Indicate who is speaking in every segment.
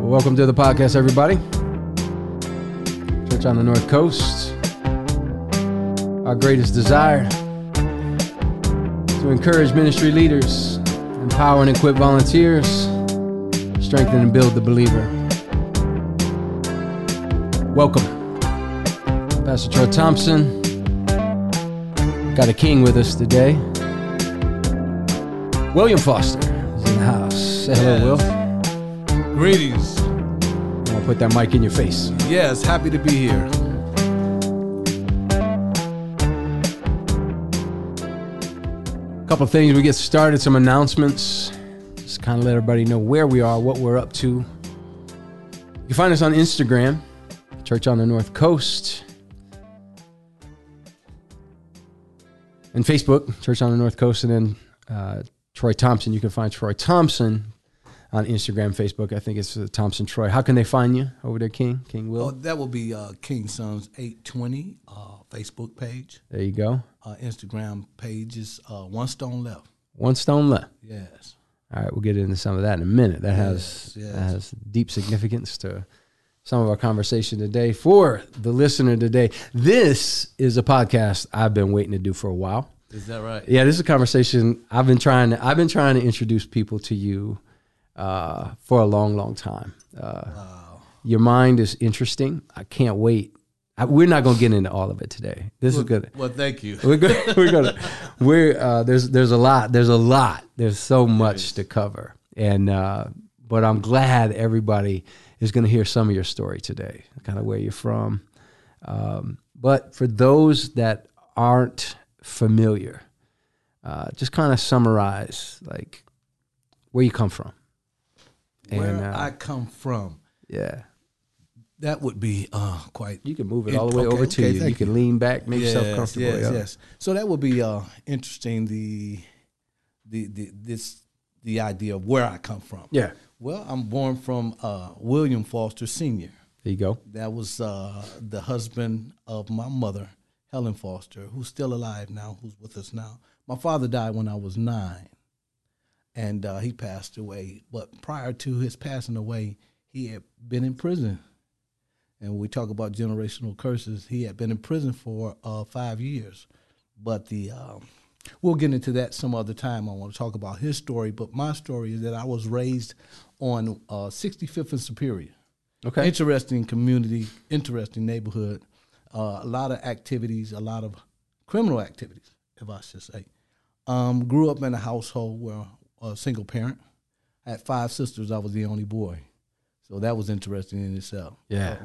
Speaker 1: welcome to the podcast, everybody. Church on the North Coast. Our greatest desire to encourage ministry leaders, empower and equip volunteers, strengthen and build the believer. Welcome. Pastor Troy Thompson. Got a king with us today. William Foster is in the house. Say hello, Will.
Speaker 2: Greetings.
Speaker 1: I'm gonna put that mic in your face.
Speaker 2: Yes, happy to be here.
Speaker 1: A couple things we get started, some announcements. Just kind of let everybody know where we are, what we're up to. You can find us on Instagram, Church on the North Coast, and Facebook, Church on the North Coast, and then uh, Troy Thompson. You can find Troy Thompson on Instagram, Facebook. I think it's uh, Thompson Troy. How can they find you over there, King? King
Speaker 2: Oh,
Speaker 1: Will.
Speaker 2: that will be uh, King Sons 820 uh, Facebook page.
Speaker 1: There you go.
Speaker 2: Uh, Instagram page is uh, One Stone Left.
Speaker 1: One stone left.
Speaker 2: Yes.
Speaker 1: All right, we'll get into some of that in a minute. That has
Speaker 2: Yes,
Speaker 1: that
Speaker 2: yes.
Speaker 1: has deep significance to some of our conversation today for the listener today. This is a podcast I've been waiting to do for a while.
Speaker 2: Is that right?
Speaker 1: Yeah, this is a conversation I've been trying to I've been trying to introduce people to you uh, for a long, long time. Uh,
Speaker 2: Wow.
Speaker 1: your mind is interesting. I can't wait. I, we're not going to get into all of it today. This is good.
Speaker 2: Well, thank you.
Speaker 1: We're gonna we're gonna we're uh, there's there's a lot there's a lot there's so much to cover and uh, but I'm glad everybody is gonna hear some of your story today, kind of where you're from. Um, but for those that aren't familiar, uh, just kind of summarize like where you come from. And
Speaker 2: Where
Speaker 1: uh,
Speaker 2: I come from,
Speaker 1: yeah,
Speaker 2: that would be uh, quite.
Speaker 1: you can move it
Speaker 2: It-
Speaker 1: all the way
Speaker 2: okay,
Speaker 1: over to
Speaker 2: okay,
Speaker 1: you. You
Speaker 2: thank
Speaker 1: can lean back, make yourself comfortable.
Speaker 2: Yes,
Speaker 1: yeah.
Speaker 2: yes. So that would be uh, interesting. The, the the this the idea of where I come from.
Speaker 1: yeah,
Speaker 2: Well, I'm born from uh, William Foster Senior.
Speaker 1: there you go.
Speaker 2: That was uh, the husband of my mother, Helen Foster, who's still alive now, who's with us now. My father died when I was nine, and uh, he passed away. But prior to his passing away, he had been in prison. And when we talk about generational curses, he had been in prison for uh, five years. But the um, we'll get into that some other time. I want to talk about his story, but my story is that I was raised on uh, 65th and Superior
Speaker 1: Okay,
Speaker 2: interesting community, interesting neighborhood, uh, a lot of activities, a lot of criminal activities, if I should say. Um, grew up in a household where a single parent. I had five sisters. I was the only boy, so that was interesting in itself.
Speaker 1: yeah,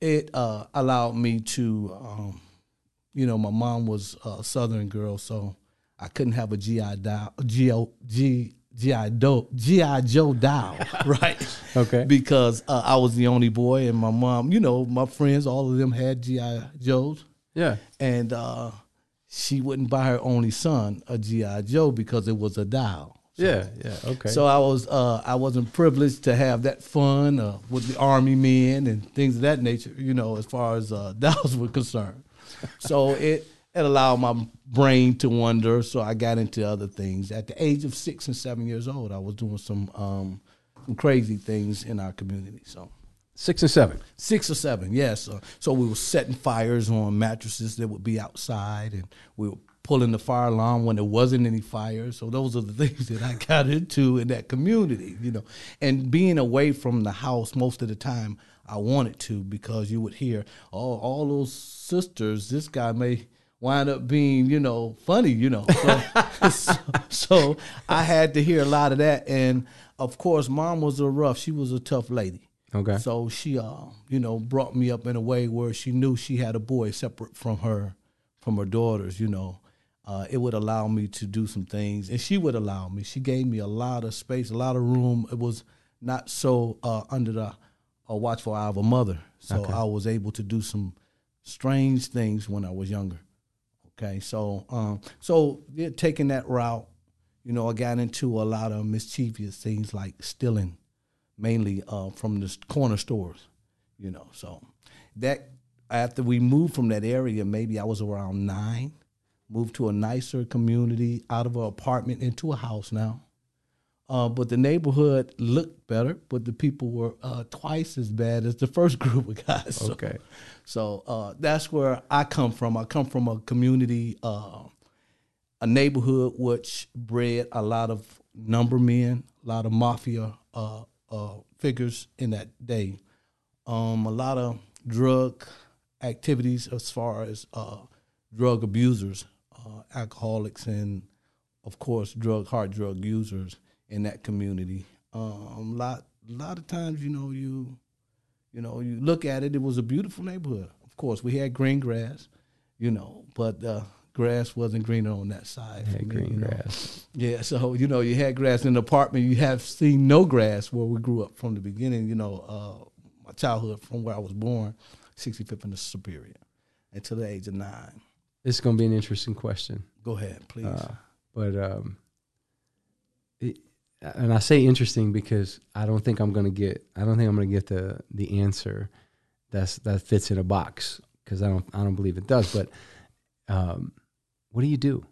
Speaker 2: It uh, allowed me to, um, you know, my mom was a Southern girl, so I couldn't have a GI dial, G-O, G, GI Joe, GI Joe dial, right?
Speaker 1: okay.
Speaker 2: because uh, I was the only boy, and my mom, you know, my friends, all of them had GI Joes,
Speaker 1: Yeah.
Speaker 2: and uh, she wouldn't buy her only son a GI Joe because it was a dial.
Speaker 1: Yeah. Yeah. Okay.
Speaker 2: So I was uh, I wasn't privileged to have that fun uh, with the army men and things of that nature, you know, as far as uh, dials were concerned. So it it allowed my brain to wander. So I got into other things. At the age of six and seven years old, I was doing some um, some crazy things in our community. So
Speaker 1: six and seven.
Speaker 2: six or seven, yes. So, so we were setting fires on mattresses that would be outside, and we were pulling the fire alarm when there wasn't any fire. So those are the things that I got into in that community, you know. And being away from the house most of the time, I wanted to because you would hear, oh, all those sisters, this guy may wind up being, you know, funny, you know. So, so, so I had to hear a lot of that. And of course, mom was a rough, she was a tough lady.
Speaker 1: Okay.
Speaker 2: So she, uh, you know, brought me up in a way where she knew she had a boy separate from her, from her daughters. You know, uh, it would allow me to do some things, and she would allow me. She gave me a lot of space, a lot of room. It was not so uh, under the uh, watchful eye of a mother, so I was able to do some strange things when I was younger. Okay, so um, so yeah, taking that route, you know, I got into a lot of mischievous things like stealing, mainly uh, from the s- corner stores, you know. So that after we moved from that area, maybe I was around nine, moved to a nicer community, out of an apartment into a house now. Uh, but the neighborhood looked better, but the people were uh, twice as bad as the first group of guys. So-
Speaker 1: Okay.
Speaker 2: So, uh, that's where I come from. I come from a community, uh, a neighborhood which bred a lot of number men, a lot of mafia uh, uh, figures in that day, um, a lot of drug activities as far as uh, drug abusers, uh, alcoholics, and of course, drug hard drug users in that community. Um, lot lot of times, you know, you you know, you look at it, it was a beautiful neighborhood. Of course, we had green grass, you know, but uh, grass wasn't greener on that side. for
Speaker 1: Had
Speaker 2: me,
Speaker 1: green
Speaker 2: you know.
Speaker 1: grass.
Speaker 2: Yeah, so you know, you had grass in the apartment. You have seen no grass where we grew up from the beginning. You know, uh, my childhood from where I was born, 65th and the Superior, until the age of nine.
Speaker 1: This is going to be an interesting question.
Speaker 2: Go ahead, please.
Speaker 1: Uh, but um, it, and I say interesting because I don't think I'm gonna get I don't think I'm gonna get the the answer that's that fits in a box because I don't I don't believe it does. But um, what do you do?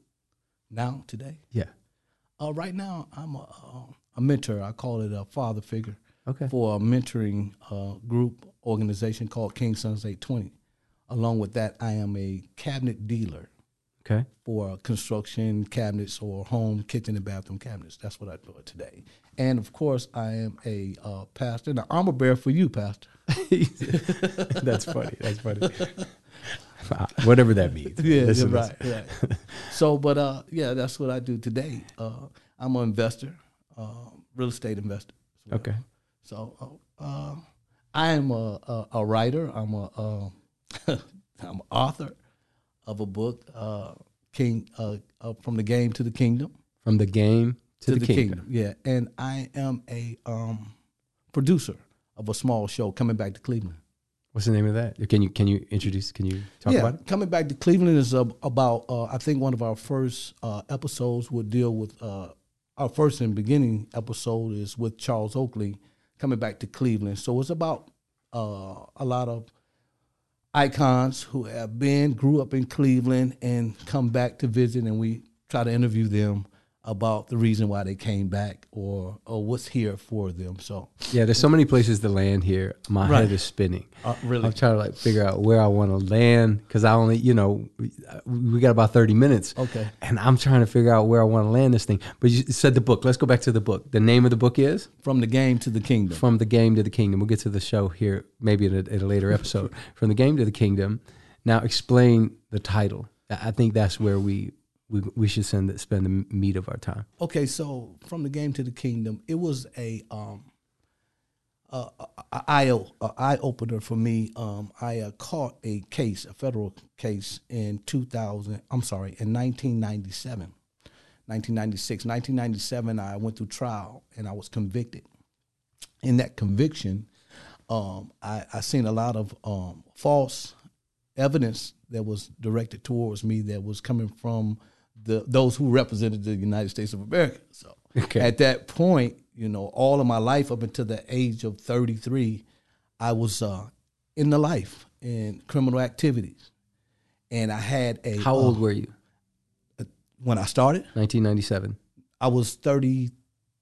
Speaker 2: now, today,
Speaker 1: Yeah.
Speaker 2: uh, right now, I'm a, uh, a mentor. I call it a father figure.
Speaker 1: Okay.
Speaker 2: for a mentoring uh, group organization called King Sons 820. Along with that, I am a cabinet dealer
Speaker 1: Okay.
Speaker 2: for construction cabinets or home kitchen and bathroom cabinets. That's what I do today. And of course, I am a uh, pastor and an armor bearer for you, Pastor.
Speaker 1: that's funny. That's funny. Whatever that means.
Speaker 2: yeah,
Speaker 1: This is-
Speaker 2: yeah, right, right. so, but uh, yeah, that's what I do today. Uh, I'm an investor, uh, real estate investor. as well.
Speaker 1: Okay.
Speaker 2: So uh, I am a, a, a writer. I'm a uh, I'm an author of a book, uh, King uh, uh, from the game to the kingdom
Speaker 1: From the game to, the, kingdom.
Speaker 2: Yeah, and I am a um, producer of a small show coming back to Cleveland.
Speaker 1: What's the name of that? Can you can you introduce? Can you talk
Speaker 2: yeah,
Speaker 1: about it?
Speaker 2: coming back to Cleveland is ab- about. Uh, I think one of our first uh, episodes will deal with uh, our first and beginning episode is with Charles Oakley coming back to Cleveland. So it's about uh, a lot of icons who have been grew up in Cleveland and come back to visit, and we try to interview them about the reason why they came back or or what's here for them. So
Speaker 1: Yeah, there's so many places to land here. My head is spinning.
Speaker 2: uh, really,
Speaker 1: I'm trying to like figure out where I want to land because I only, you know, we, we got about 30 minutes.
Speaker 2: Okay.
Speaker 1: And I'm trying to figure out where I want to land this thing. But you said the book. Let's go back to the book. The name of the book is
Speaker 2: from the game to the kingdom.
Speaker 1: From the Game to the Kingdom. We'll get to the show here maybe in a, in a later episode. From the Game to the Kingdom. Now explain the title. I I think that's where we we, we should send it, spend the meat of our time.
Speaker 2: Okay, so from the game to the kingdom, it was a um a, a eye o- a eye opener for me. Um, I uh, caught a case, a federal case in 2000. I'm sorry, in 1997, 1996, 1997. I went through trial and I was convicted. In that conviction, um, I, I seen a lot of um, false evidence that was directed towards me that was coming from the those who represented the United States of America. So
Speaker 1: Okay.
Speaker 2: at that point, you know, all of my life up until the age of 33, I was uh, in the life in criminal activities, and I had a uh,
Speaker 1: How old were you?
Speaker 2: when I started.
Speaker 1: 1997.
Speaker 2: I was 30,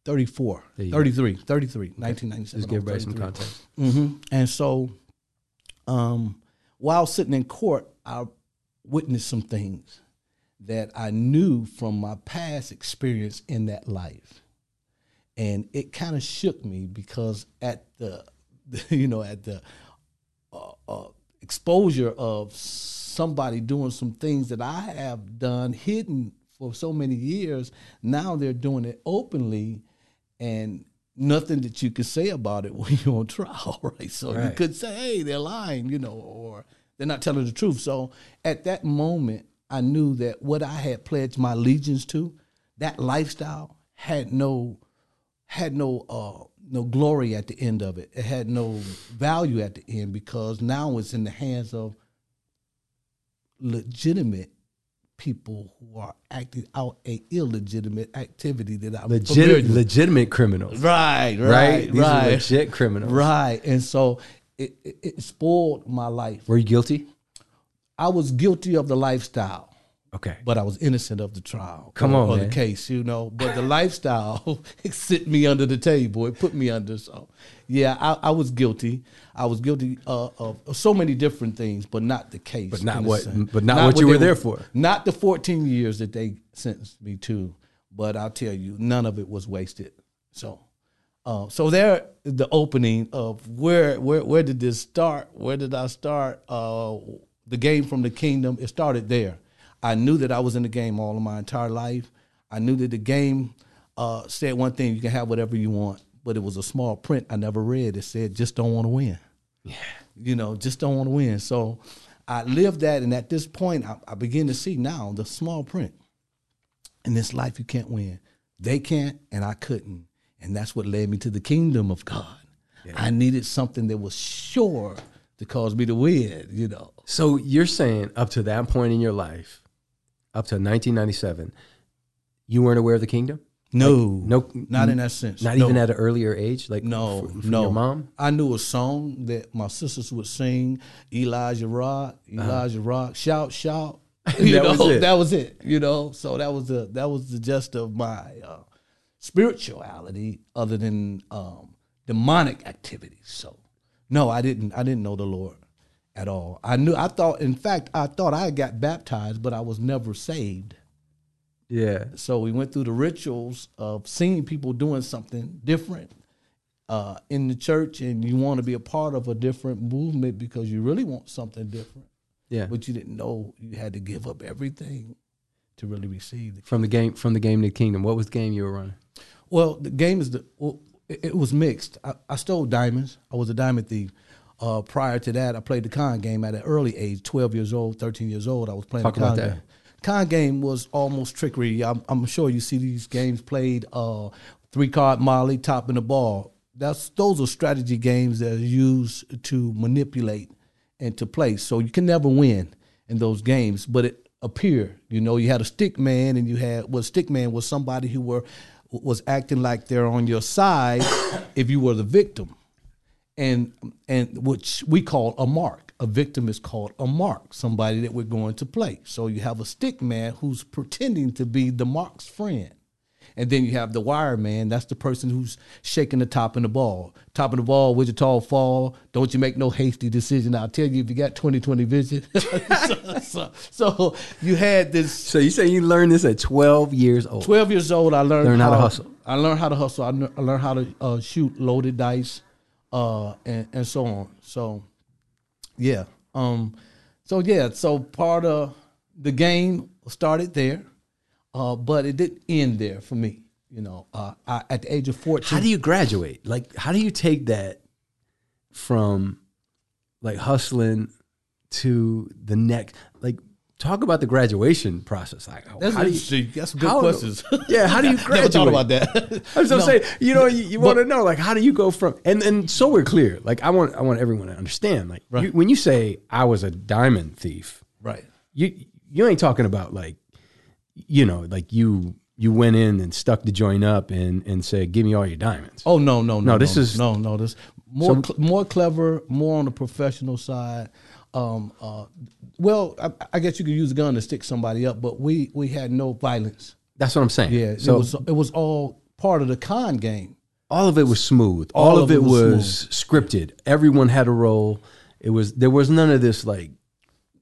Speaker 2: 34,
Speaker 1: There you go.
Speaker 2: 33, 33, 1997.
Speaker 1: Just
Speaker 2: I
Speaker 1: give
Speaker 2: was
Speaker 1: everybody some
Speaker 2: 33.
Speaker 1: context.
Speaker 2: hmm And so, um, while sitting in court, I witnessed some things that I knew from my past experience in that life, and it kind of shook me because at the, you know, at the uh, uh, exposure of somebody doing some things that I have done hidden for so many years. Now they're doing it openly, and nothing that you can say about it when you're on trial, right? So you
Speaker 1: Right.
Speaker 2: could say, "Hey, they're lying," you know, or they're not telling the truth. So at that moment, I knew that what I had pledged my allegiance to, that lifestyle, had no had no uh, no glory at the end of it. It had no value at the end because now it's in the hands of legitimate people who are acting out a illegitimate activity that I'm familiar
Speaker 1: Legit,
Speaker 2: with.
Speaker 1: legitimate criminals.
Speaker 2: Right,
Speaker 1: right?
Speaker 2: right,
Speaker 1: These are
Speaker 2: right,
Speaker 1: legit criminals.
Speaker 2: right. And so it, it, it spoiled my life.
Speaker 1: Were you guilty?
Speaker 2: I was guilty of the lifestyle.
Speaker 1: Okay.
Speaker 2: but I was innocent of the trial.
Speaker 1: Come
Speaker 2: or,
Speaker 1: on,
Speaker 2: or
Speaker 1: man.
Speaker 2: the case, you know. But the lifestyle it sent me under the table. It put me under. So, yeah, I, I was guilty. I was guilty uh, of, of so many different things, but not the case.
Speaker 1: But not
Speaker 2: in a
Speaker 1: what-
Speaker 2: sense.
Speaker 1: but not what you
Speaker 2: they
Speaker 1: were there for.
Speaker 2: Not the fourteen years that they sentenced me to. But I'll tell you, none of it was wasted. So. Uh, so there, is the opening of where where where did this start? Where did I start? Uh, the game from the kingdom. It started there. I knew that I was in the game all of my entire life. I knew that the game uh, said one thing: you can have whatever you want, but it was a small print I never read. It said just don't want to win you know, just don't want to win. So I lived that, and at this point, I, I begin to see now the small print. In this life, you can't win. They can't, and I couldn't, and that's what led me to the kingdom of God. I needed something that was sure to cause me to win. You know,
Speaker 1: So you're saying up to that point in your life, up to 1997, you weren't aware of the kingdom?
Speaker 2: no,
Speaker 1: no- Mm-hmm.
Speaker 2: not in that sense.
Speaker 1: Not
Speaker 2: No.
Speaker 1: even at an earlier age, like
Speaker 2: No,
Speaker 1: f- from
Speaker 2: no.
Speaker 1: your mom.
Speaker 2: I knew a song that my sisters would sing, Elijah Rock,
Speaker 1: Uh-huh.
Speaker 2: Elijah Rock, shout, shout. You
Speaker 1: That
Speaker 2: know,
Speaker 1: was it.
Speaker 2: that was it. You know, so that was the that was the gist of my uh, spirituality, other than um, demonic activities. So, no, I didn't. I didn't know the Lord at all. I knew. I thought. In fact, I thought I got baptized, but I was never saved.
Speaker 1: Yeah,
Speaker 2: So we went through the rituals of seeing people doing something different uh, in the church, and you want to be a part of a different movement because you really want something different,
Speaker 1: yeah.
Speaker 2: but you didn't know you had to give up everything to really receive it.
Speaker 1: From the game, from the game to the kingdom. What was the game you were running?
Speaker 2: Well, the game is the well, it, it was mixed. I, I stole diamonds. I was a diamond thief. Uh, prior to that, I played the con game at an early age, twelve years old, thirteen years old. I was playing
Speaker 1: Talk
Speaker 2: the
Speaker 1: about
Speaker 2: con
Speaker 1: that.
Speaker 2: game. Con game was almost trickery. I'm, I'm sure you see these games played. Uh, three card Molly, topping the ball. That's those are strategy games that are used to manipulate and to play. So you can never win in those games, but it appeared. You know, you had a stick man, and you had well, stick man was somebody who were was acting like they're on your side if you were the victim and and which we call a mark. A victim is called a mark, somebody that we're going to play. So you have a stick man who's pretending to be the mark's friend. And then you have the wire man, that's the person who's shaking the top of the ball. Top of the ball, with your tall fall. Don't you make no hasty decision. I'll tell you if you got 20 20 vision. so, so- so you had this
Speaker 1: So you say you learned this at 12 years old.
Speaker 2: 12 years old, I learned
Speaker 1: Learn how to hustle.
Speaker 2: I learned how to hustle. I, learned, I learned how to uh, shoot loaded dice uh, and, and so on. So, yeah. Um, so, yeah. So, part of the game started there, uh, but it didn't end there for me. You know, uh, I, at the age of 14.
Speaker 1: How do you graduate? Like, how do you take that from like hustling to the next? Like, talk about the graduation process. Like,
Speaker 2: that's
Speaker 1: how do you?
Speaker 2: interesting. That's some good
Speaker 1: how-
Speaker 2: questions.
Speaker 1: Yeah, how do you
Speaker 2: Never
Speaker 1: graduate?
Speaker 2: thought about that.
Speaker 1: I'm just
Speaker 2: No.
Speaker 1: saying, you know, you, you want to know, like, how do you go from and and so we're clear. Like, I want I want everyone to understand. Like, you, when you say I was a diamond thief,
Speaker 2: Right.
Speaker 1: you you ain't talking about like you know like you you went in and stuck the joint up and and said give me all your diamonds
Speaker 2: Oh no, no, no.
Speaker 1: No, this is-
Speaker 2: no, no. This more cl- more clever, more on the professional side. Um, uh, well, I, I guess you could use a gun to stick somebody up, but we we had no violence.
Speaker 1: that's what i'm saying
Speaker 2: Yeah,
Speaker 1: so
Speaker 2: it was it was all part of the con game.
Speaker 1: all of it was smooth all, of, it was, scripted everyone had a role it was there was none of this like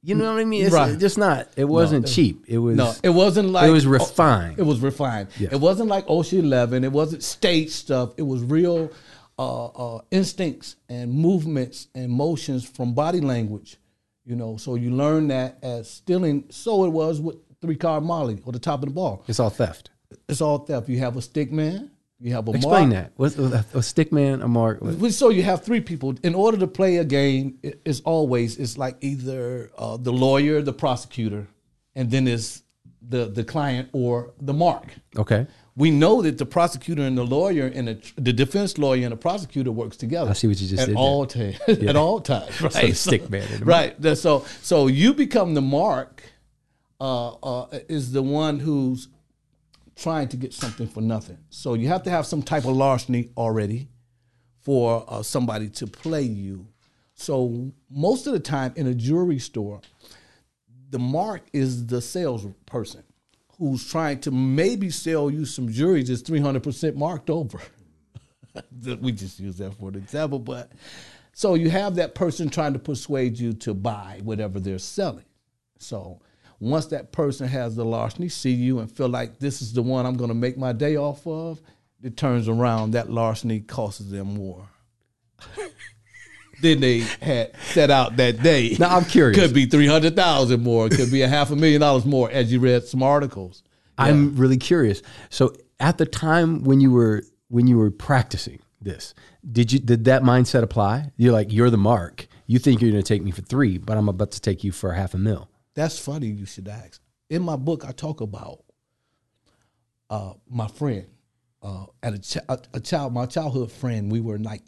Speaker 1: you know what i mean it's
Speaker 2: Right.
Speaker 1: just not it wasn't cheap it was
Speaker 2: No,
Speaker 1: it,
Speaker 2: it wasn't like oh,
Speaker 1: was refined
Speaker 2: It was refined. It wasn't like Ocean Eleven. It wasn't stage stuff. It was real uh, uh, instincts and movements and motions from body language. You know, so you learn that as stealing. So it was with three card Molly or the top of the ball.
Speaker 1: it's all theft
Speaker 2: It's all theft. You have a stick man. You have a
Speaker 1: explain
Speaker 2: mark.
Speaker 1: that what's a, a stick man a mark what-
Speaker 2: Well, So you have three people. In order to play a game, it- it's always it's like either uh, the lawyer, the prosecutor, and then it's the the client or the mark
Speaker 1: okay
Speaker 2: we know that the prosecutor and the lawyer and the, the defense lawyer and the prosecutor works together. I
Speaker 1: see what you just
Speaker 2: at
Speaker 1: did there.
Speaker 2: all times. at all times, right?
Speaker 1: the stick man and the
Speaker 2: right? The- So so you become the mark uh, uh, is the one who's trying to get something for nothing. So you have to have some type of larceny already for uh, somebody to play you. So most of the time in a jewelry store, the the mark is the salesperson who's trying to maybe sell you some jewelry that's 300% marked over. we just use that for an example, but so you have that person trying to persuade you to buy whatever they're selling. So once that person has the larceny, see you and feel like this is the one I'm going to make my day off of, it turns around that larceny costs them more than they had set out that day.
Speaker 1: Now, I'm curious.
Speaker 2: Could be three hundred thousand more. Could be a half a million dollars more, as you read some articles.
Speaker 1: I'm really curious. So at the time when you were when you were practicing this, did you did that mindset apply? You're like you're the mark. You think you're going to take me for three, but I'm about to take you for half a mil.
Speaker 2: That's funny. You should ask. In my book, I talk about uh, my friend, uh, at a, ch- a, a child, my childhood friend. We were like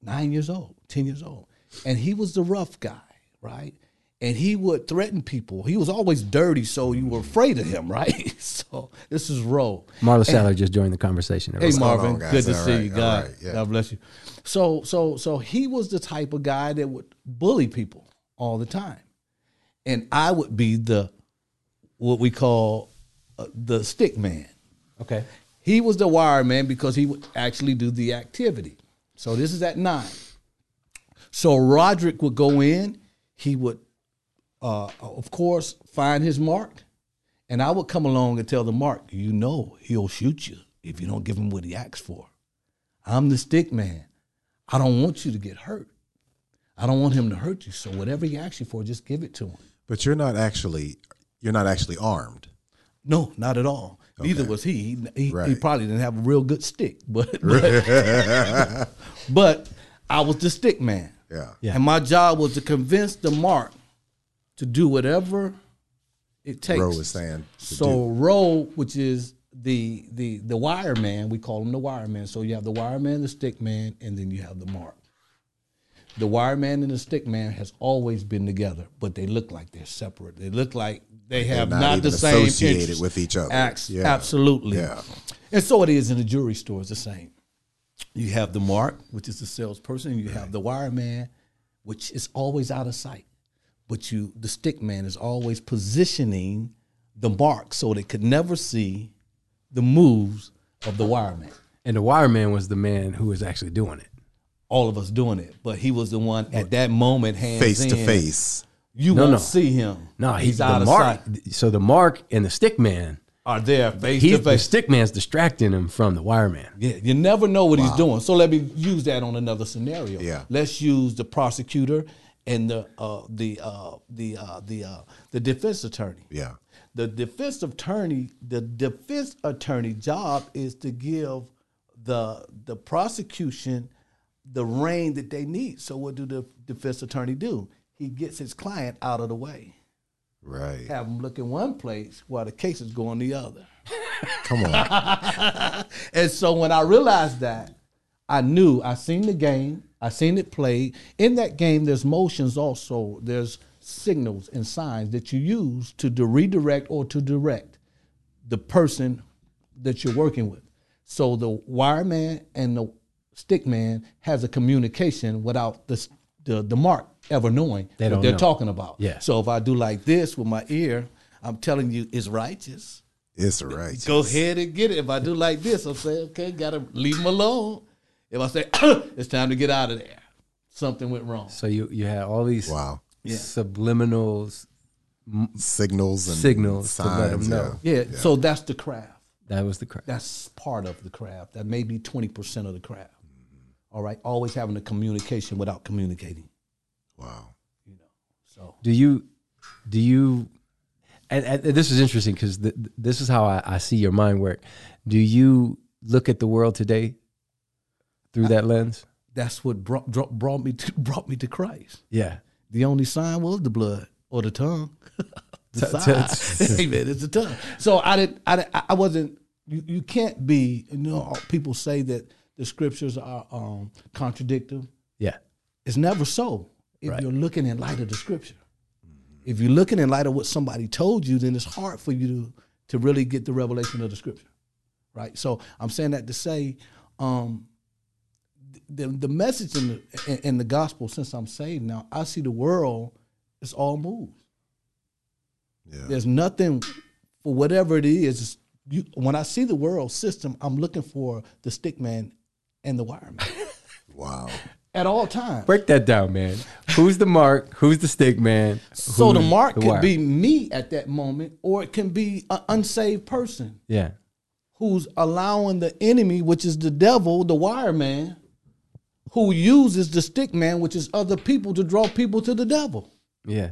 Speaker 2: nine years old, ten years old, and he was the rough guy, right? And he would threaten people. He was always dirty, so you were afraid of him, right? so this is Roe.
Speaker 1: Marla Sadler just joined the conversation.
Speaker 2: Hey
Speaker 1: everybody.
Speaker 2: Marvin,
Speaker 3: on, guys?
Speaker 2: good to
Speaker 3: All
Speaker 2: see
Speaker 3: right,
Speaker 2: you,
Speaker 3: all
Speaker 2: God.
Speaker 3: right, yeah.
Speaker 2: God bless you. So, so, so he was the type of guy that would bully people all the time, and I would be the what we call uh, the stick man.
Speaker 1: okay.
Speaker 2: He was the wire man because he would actually do the activity. So this is at nine. So Roderick would go in. He would, uh, of course, find his mark, and I would come along and tell the mark, you know, he'll shoot you if you don't give him what he asks for. I'm the stick man. I don't want you to get hurt. I don't want him to hurt you. So whatever he asks you for, just give it to him.
Speaker 3: But you're not actually you're not actually armed.
Speaker 2: No, not at all. Neither was he. He, he, he
Speaker 3: Right.
Speaker 2: probably didn't have a real good stick, but but, but I was the stick man,
Speaker 3: Yeah.
Speaker 1: Yeah.
Speaker 2: and my job was to convince the mark to do whatever it takes.
Speaker 3: Roe was saying to
Speaker 2: so Roe, which is the the the wire man, we call him the wire man. So you have the wire man, the stick man, and then you have the mark. The wire man and the stick man has always been together, but they look like they're separate. They look like they have
Speaker 3: not
Speaker 2: not, the
Speaker 3: even
Speaker 2: same
Speaker 3: associated
Speaker 2: interests.
Speaker 3: with each other.
Speaker 2: Acts,
Speaker 3: Yeah.
Speaker 2: Absolutely.
Speaker 3: Yeah.
Speaker 2: And so it is in the jewelry store. It's the same. You have the mark, which is the salesperson. You have the wire man, which is always out of sight. But you, the stick man, is always positioning the mark so they could never see the moves of the wire man.
Speaker 1: And the wire man was the man who was actually doing it.
Speaker 2: All of us doing it, but he was the one at that moment, hands
Speaker 3: face to
Speaker 2: in,
Speaker 3: face.
Speaker 2: You
Speaker 1: No,
Speaker 2: won't
Speaker 1: no.
Speaker 2: see him.
Speaker 1: No, he's,
Speaker 2: he's
Speaker 1: the
Speaker 2: out of
Speaker 1: mark.
Speaker 2: sight.
Speaker 1: So the mark and the stick man,
Speaker 2: Are there face
Speaker 1: he,
Speaker 2: to
Speaker 1: the
Speaker 2: face?
Speaker 1: stick man's distracting him from the wire man.
Speaker 2: Yeah, you never know what he's doing. So let me use that on another scenario.
Speaker 3: Yeah.
Speaker 2: let's use the prosecutor and the uh, the uh, the uh, the uh, the defense attorney.
Speaker 3: Yeah.
Speaker 2: The defense attorney, the defense attorney job is to give the the prosecution the reign that they need. So what do the defense attorney do? He gets his client out of the way.
Speaker 3: Right.
Speaker 2: Have him look in one place while the case is going the other.
Speaker 3: Come on.
Speaker 2: And so when I realized that, I knew I seen the game, I seen it played. In that game, there's motions also, there's signals and signs that you use to de- redirect or to direct the person that you're working with. So the wire man and the stick man has a communication without the s- the, the mark ever knowing
Speaker 1: They
Speaker 2: what
Speaker 1: don't
Speaker 2: they're
Speaker 1: know.
Speaker 2: talking about.
Speaker 1: Yeah.
Speaker 2: So if I do like this with my ear, I'm telling you it's righteous
Speaker 3: It's right.
Speaker 2: go ahead and get it. If I do like this, I'm saying, okay, gotta leave him alone. If I say, it's time to get out of there, something went wrong.
Speaker 1: So you you had all these
Speaker 3: Wow.
Speaker 1: subliminals.
Speaker 3: Signals and
Speaker 1: Signals to let 'em
Speaker 3: signs,
Speaker 1: know.
Speaker 3: Yeah.
Speaker 2: Yeah, so that's the craft.
Speaker 1: That was the crap.
Speaker 2: That's part of the craft. That may be 20% of the craft. All right, always having a communication without communicating.
Speaker 3: Wow.
Speaker 2: So,
Speaker 1: do you do you and, and this is interesting because th- th- this is how I, I see your mind work do you look at the world today through that lens
Speaker 2: that's what brought, dro- brought, me to, brought me to Christ.
Speaker 1: yeah
Speaker 2: The only sign was the blood or the tongue. the
Speaker 1: T-
Speaker 2: sign.
Speaker 1: t-
Speaker 2: Amen. It's the tongue. So I didn't. I didn't, I wasn't. You, you can't be. You know, people say that the scriptures are um, contradictive.
Speaker 1: yeah
Speaker 2: It's never so. If you're looking in light of the scripture, if you're looking in light of what somebody told you, then it's hard for you to to really get the revelation of the scripture, right? So I'm saying that to say, um, the the message in the in, in the gospel since I'm saved now, I see the world is all moves.
Speaker 3: Yeah.
Speaker 2: There's nothing for whatever it is. You, when I see the world system, I'm looking for the stick man and the wire man
Speaker 3: Wow.
Speaker 2: at all times.
Speaker 1: Break that down, man. Who's the mark? Who's the stick man?
Speaker 2: So the
Speaker 1: Who's
Speaker 2: mark could
Speaker 1: wire?
Speaker 2: be me at that moment, or it can be an unsaved person
Speaker 1: yeah.
Speaker 2: who's allowing the enemy, which is the devil, the wire man, who uses the stick man, which is other people, to draw people to the devil.
Speaker 1: Yeah.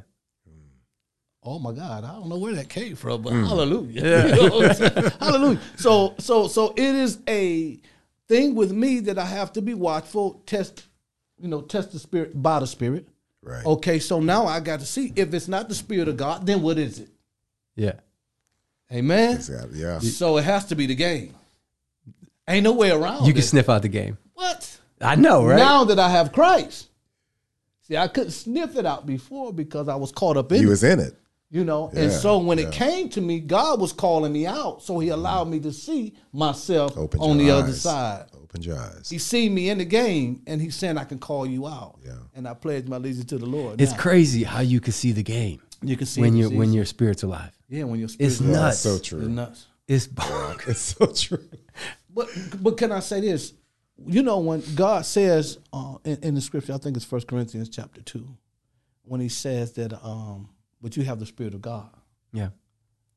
Speaker 2: Oh my God, I don't know where that came from, but hallelujah. You know what I'm saying? hallelujah. So so so it is a thing with me that I have to be watchful, test, you know, test the spirit by the spirit.
Speaker 3: Right.
Speaker 2: Okay, so now I got to see if it's not the spirit of God, then what is it?
Speaker 1: Yeah.
Speaker 2: Amen.
Speaker 3: Exactly. Yeah.
Speaker 2: So it has to be the game. Ain't no way around
Speaker 1: You can
Speaker 2: it.
Speaker 1: sniff out the game.
Speaker 2: what?
Speaker 1: I know, right?
Speaker 2: Now that I have Christ. See, I couldn't sniff it out before because I was caught up in
Speaker 3: He
Speaker 2: it.
Speaker 3: was in it.
Speaker 2: You know, and
Speaker 3: Yeah,
Speaker 2: so when it came to me, God was calling me out, so He allowed me to see myself
Speaker 3: Opened
Speaker 2: on
Speaker 3: your
Speaker 2: the other
Speaker 3: eyes.
Speaker 2: side.
Speaker 3: Open your eyes.
Speaker 2: He seen me in the game, and He's saying, "I can call you out."
Speaker 3: Yeah.
Speaker 2: And I pledge my allegiance to the Lord.
Speaker 1: it's
Speaker 2: Now,
Speaker 1: crazy how you can see the game
Speaker 2: you can see
Speaker 1: when
Speaker 2: it,
Speaker 1: your
Speaker 2: see
Speaker 1: when
Speaker 2: it.
Speaker 1: your spirit's alive.
Speaker 2: yeah when you're
Speaker 1: It's
Speaker 2: spiritual.
Speaker 1: nuts.
Speaker 3: So
Speaker 2: It's
Speaker 3: true.
Speaker 2: nuts.
Speaker 1: It's bonkers.
Speaker 3: It's so true.
Speaker 2: But but can I say this? You know when God says uh, in, in the scripture, I think it's First Corinthians chapter two, when He says that, um, "But you have the Spirit of God."
Speaker 1: Yeah.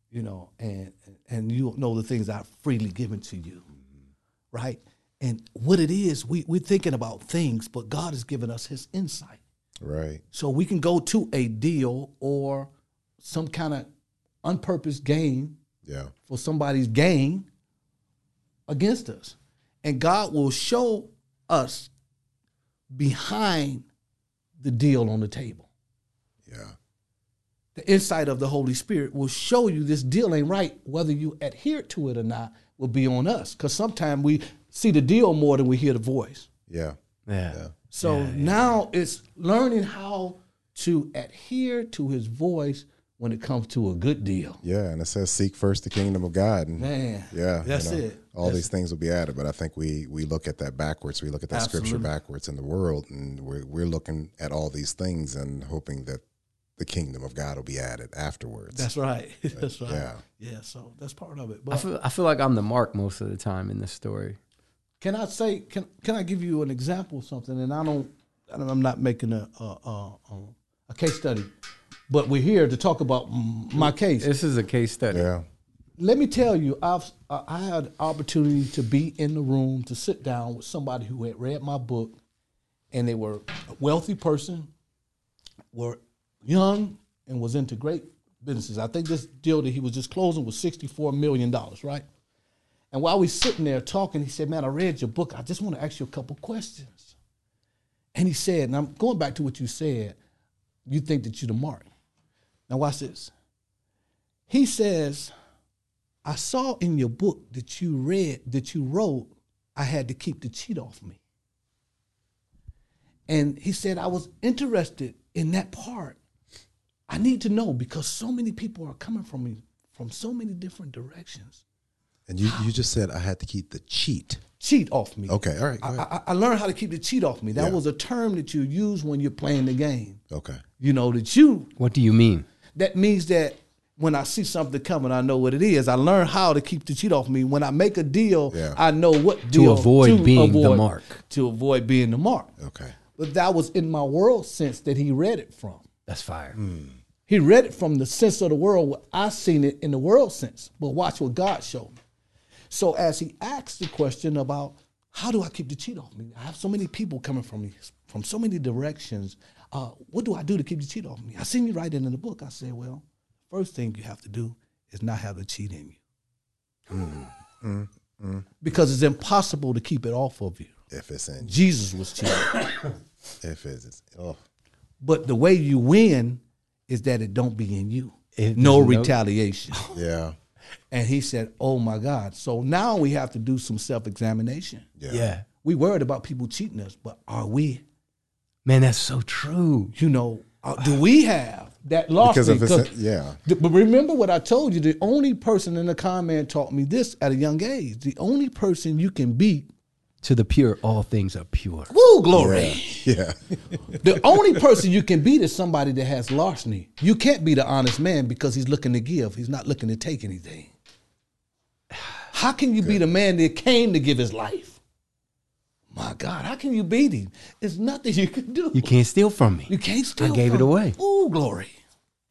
Speaker 2: you know, and and you know the things I've freely given to you, right? And what it is, we we're thinking about things, but God has given us His insight,
Speaker 3: Right.
Speaker 2: so we can go to a deal or some kind of unpurposed game
Speaker 3: Yeah.
Speaker 2: for somebody's gain against us, and God will show us behind the deal on the table.
Speaker 3: Yeah.
Speaker 2: the insight of the Holy Spirit will show you this deal ain't right. Whether you adhere to it or not will be on us. Because sometimes we see the deal more than we hear the voice.
Speaker 3: Yeah.
Speaker 1: Yeah.
Speaker 2: So now it's learning how to adhere to his voice when it comes to a good deal.
Speaker 3: Yeah. And it says seek first the kingdom of God. And
Speaker 2: Man.
Speaker 3: yeah. you
Speaker 2: That's
Speaker 3: know,
Speaker 2: it.
Speaker 3: All these things will be added, but I think we we look at that backwards. We look at that scripture backwards in the world, and we're we're looking at all these things and hoping that the kingdom of God will be added afterwards.
Speaker 2: That's right. that's right. Yeah.
Speaker 3: yeah.
Speaker 2: so that's part of it.
Speaker 1: I
Speaker 2: But
Speaker 1: feel I feel like I'm the mark most of the time in this story.
Speaker 2: can I say, can can I give you an example of something? And I don't, I don't I'm not making a, a, a, a- a case study, but we're here to talk about mm, my case.
Speaker 1: This is a case study.
Speaker 3: yeah.
Speaker 2: let me tell you, I've I I had an opportunity to be in the room to sit down with somebody who had read my book, and they were a wealthy person, were young, and was into great businesses. I think this deal that he was just closing was sixty-four million dollars, right? And while we sitting there talking, he said, "Man, I read your book. I just want to ask you a couple questions." And he said, "And I'm going back to what you said. You think that you're the mark. Now watch this." He says. I saw in your book that you read, that you wrote, I had to keep the cheat off me. And he said, I was interested in that part. I need to know because so many people are coming from me from so many different directions.
Speaker 3: And you you just said I had to keep the cheat.
Speaker 2: Cheat off me.
Speaker 3: Okay. All right. Go
Speaker 2: I,
Speaker 3: ahead.
Speaker 2: I, I learned how to keep the cheat off me. That was a term that you use when you're playing the game.
Speaker 3: Okay.
Speaker 2: You know, that you
Speaker 1: What do you mean?
Speaker 2: that means that when I see something coming, I know what it is. I learn how to keep the cheat off me. When I make a deal,
Speaker 3: Yeah.
Speaker 2: I know what deal
Speaker 1: avoid being the mark.
Speaker 2: To avoid being the mark.
Speaker 3: Okay.
Speaker 2: But that was in my world sense that he read it from.
Speaker 1: That's fire.
Speaker 2: He read it from the sense of the world. Where I seen it in the world sense. But watch what God showed me. So as he asked the question about how do I keep the cheat off me? I have so many people coming from me from so many directions. Uh, what do I do to keep the cheat off me? I seen you writing in the book. I said, well, first thing you have to do is not have the cheat in you. Because it's impossible to keep it off of you.
Speaker 3: If it's in
Speaker 2: Jesus was cheating.
Speaker 3: if it's oh
Speaker 2: But the way you win is that it don't be in you.
Speaker 1: If
Speaker 2: no
Speaker 1: there's no-
Speaker 2: retaliation.
Speaker 3: yeah
Speaker 2: and he said, "Oh my God!" So now we have to do some self-examination.
Speaker 3: yeah
Speaker 1: Yeah.
Speaker 2: We worried about people cheating us, but are we?
Speaker 1: Man, that's so true.
Speaker 2: You know, uh, do we have that loss?
Speaker 3: because if it's in,
Speaker 2: Because-
Speaker 3: yeah
Speaker 2: Th- But remember what I told you. The only person in the comment taught me this at a young age. The only person you can beat
Speaker 1: To the pure, all things are pure.
Speaker 2: Woo, glory.
Speaker 3: Yeah.
Speaker 2: The only person you can beat is somebody that has larceny. You can't beat an honest man because he's looking to give. He's not looking to take anything. How can you beat a man that came to give his life? My God, how can you beat him? There's nothing you can do.
Speaker 1: You can't steal from me.
Speaker 2: You can't steal.
Speaker 1: I gave it
Speaker 2: from-
Speaker 1: away.
Speaker 2: Ooh, glory.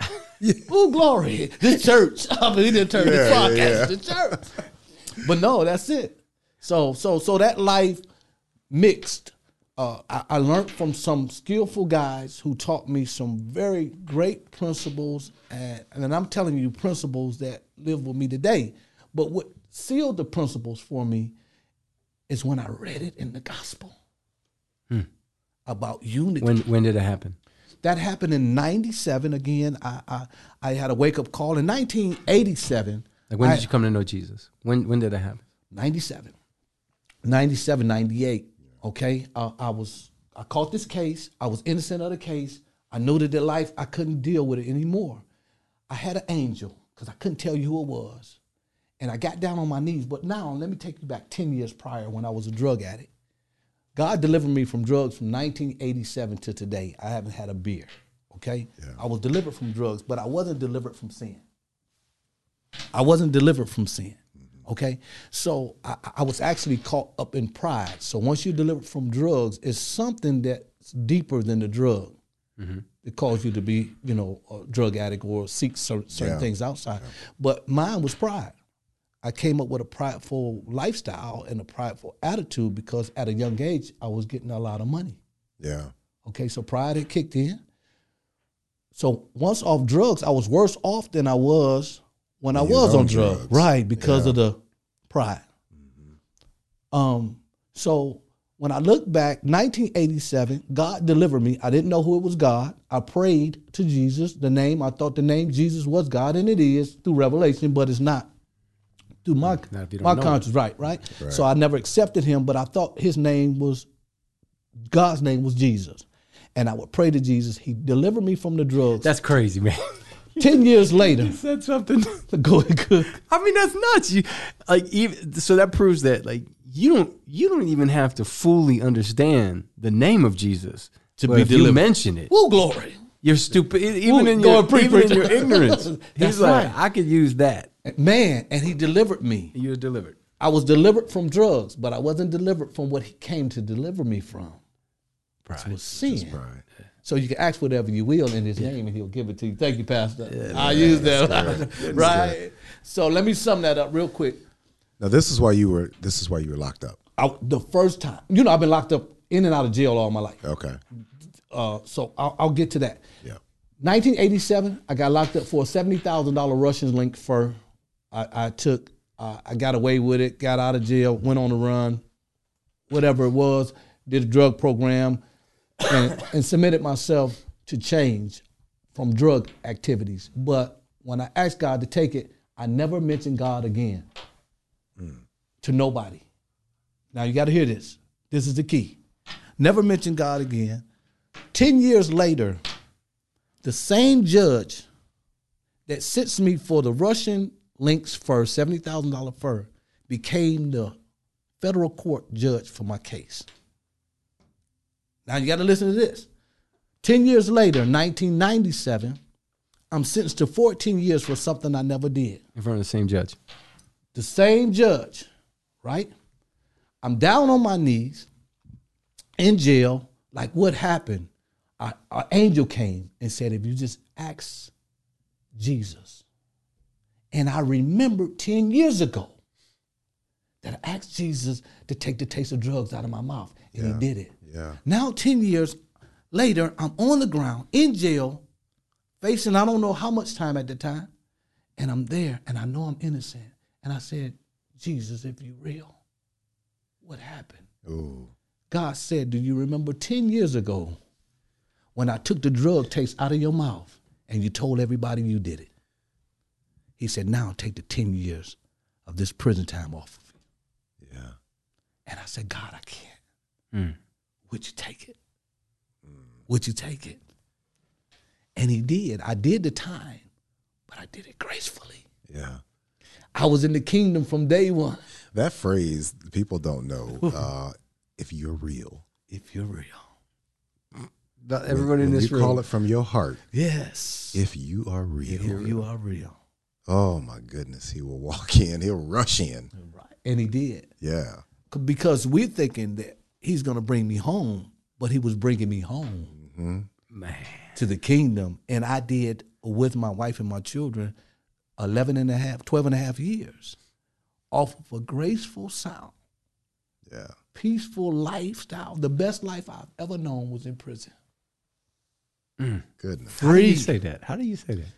Speaker 2: Ooh, glory. This church. I mean, the church. this
Speaker 3: Yeah,
Speaker 2: podcast.
Speaker 3: yeah, yeah.
Speaker 2: The church. But no, that's it. So, so, so that life mixed. Uh, I, I learned from some skillful guys who taught me some very great principles, and, and I'm telling you principles that live with me today. But what sealed the principles for me is when I read it in the gospel
Speaker 1: Hmm.
Speaker 2: about unity
Speaker 1: When when did it happen?
Speaker 2: that happened in 97 again i i, I had a wake-up call in 1987
Speaker 1: Like when
Speaker 2: I-
Speaker 1: did you come to know Jesus? When when did it happen?
Speaker 2: 97 97 98 okay uh, i was i caught this case i was innocent of the case i knew that the life i couldn't deal with it anymore i had an angel because i couldn't tell you who it was and i got down on my knees but now let me take you back 10 years prior when i was a drug addict god delivered me from drugs from 1987 to today i haven't had a beer okay i was delivered from drugs but i wasn't delivered from sin I wasn't delivered from sin. Okay, so I, I was actually caught up in pride. So once you're delivered from drugs, it's something that's deeper than the drug.
Speaker 3: Mm-hmm.
Speaker 2: It caused you to be, you know, a drug addict or seek cer- certain
Speaker 3: Yeah.
Speaker 2: things outside. But mine was pride. I came up with a prideful lifestyle and a prideful attitude because at a young age I was getting a lot of money.
Speaker 3: Yeah.
Speaker 2: Okay, so pride had kicked in. So once off drugs, I was worse off than I was when I
Speaker 3: When you
Speaker 2: was
Speaker 3: was
Speaker 2: on
Speaker 3: on
Speaker 2: drugs.
Speaker 3: drugs.
Speaker 2: Right, because of the pride. Um, so when I look back, 1987, God delivered me. I didn't know who it was God. I prayed to Jesus, the name. I thought the name Jesus was God, and it is through revelation, but it's not through my,
Speaker 1: Not if you don't
Speaker 2: my
Speaker 1: know it.
Speaker 2: conscience. Right, right, So I never accepted him, but I thought his name was God's name was Jesus. And I would pray to Jesus. He delivered me from the drugs.
Speaker 1: That's crazy, man.
Speaker 2: Ten years later,
Speaker 1: Said something.
Speaker 2: go ahead, cook.
Speaker 1: I mean, that's nuts. You like even so that proves that like you don't you don't even have to fully understand the name of Jesus
Speaker 2: To
Speaker 1: But
Speaker 2: be
Speaker 1: if you
Speaker 2: delivered.
Speaker 1: mention it.
Speaker 2: Woo, glory.
Speaker 1: You're stupid. e- Even
Speaker 2: Ooh,
Speaker 1: in
Speaker 2: go
Speaker 1: your
Speaker 2: and preach,
Speaker 1: even in
Speaker 2: preacher.
Speaker 1: your ignorance,
Speaker 2: That's
Speaker 1: he's like,
Speaker 2: right.
Speaker 1: I could use that.
Speaker 2: Man, and he delivered me.
Speaker 1: You're delivered.
Speaker 2: I was delivered from drugs, but I wasn't delivered from what he came to deliver me from. It was sin.
Speaker 3: Right.
Speaker 2: So you can ask whatever you will in his name and he'll give it to you. Thank you, Pastor. I use that. right. So let me sum that up real quick.
Speaker 3: Now this is why you were this is why you were locked up.
Speaker 2: I, the first time, you know, I've been locked up in and out of jail all my life.
Speaker 3: Okay.
Speaker 2: Uh, so I'll, I'll get to that.
Speaker 3: Yeah.
Speaker 2: 1987, I got locked up for a $70,000 Russian link fur. I, I took, uh, I got away with it, got out of jail, went on the run, whatever it was, did a drug program, and, and submitted myself to change from drug activities. But when I asked God to take it, I never mentioned God again to nobody. Now you got to hear this. This is the key. Never mention God again. 10 years later, the same judge that sits me for the Russian links fur, $70,000 fur, became the federal court judge for my case. Now you got to listen to this. 10 years later, 1997, I'm sentenced to 14 years for something I never did
Speaker 1: In front of the same judge.
Speaker 2: the same judge, right? I'm down on my knees in jail. Like, what happened? An angel came and said, If you just ask Jesus. And I remembered 10 years ago that I asked Jesus to take the taste of drugs out of my mouth, and he did it.
Speaker 3: Yeah.
Speaker 2: Now, 10 years later, I'm on the ground in jail, facing I don't know how much time at the time, and I'm there and I know I'm innocent. And I said, Jesus, if you real, what happened?
Speaker 3: Ooh.
Speaker 2: God said, Do you remember 10 years ago when I took the drug taste out of your mouth and you told everybody you did it? He said, Now take the 10 years of this prison time off of you.
Speaker 3: Yeah.
Speaker 2: And I said, God, I can't.
Speaker 1: Mm.
Speaker 2: Would you take it? Would you take it? And he did. I did the time, but I did it gracefully.
Speaker 3: Yeah.
Speaker 2: I was in the kingdom from day one.
Speaker 3: That phrase people don't know. Uh, if you're real,
Speaker 2: If you're real.
Speaker 1: Not
Speaker 3: When-
Speaker 1: Everybody in
Speaker 3: when
Speaker 1: this
Speaker 3: you
Speaker 1: room.
Speaker 3: call it from your heart.
Speaker 2: Yes.
Speaker 3: If you are real,
Speaker 2: If you are real.
Speaker 3: oh my goodness, he will walk in. He'll rush in.
Speaker 2: Right. And he did.
Speaker 3: Yeah,
Speaker 2: C- Because we're thinking that he's going to bring me home, but he was bringing me home
Speaker 1: Man.
Speaker 2: to the kingdom. And I did with my wife and my children 11 and a half, 12 and a half years off of a graceful sound,
Speaker 3: yeah.
Speaker 2: peaceful lifestyle. The best life I've ever known was in prison.
Speaker 3: Goodness.
Speaker 1: How do you say that? How do you say that?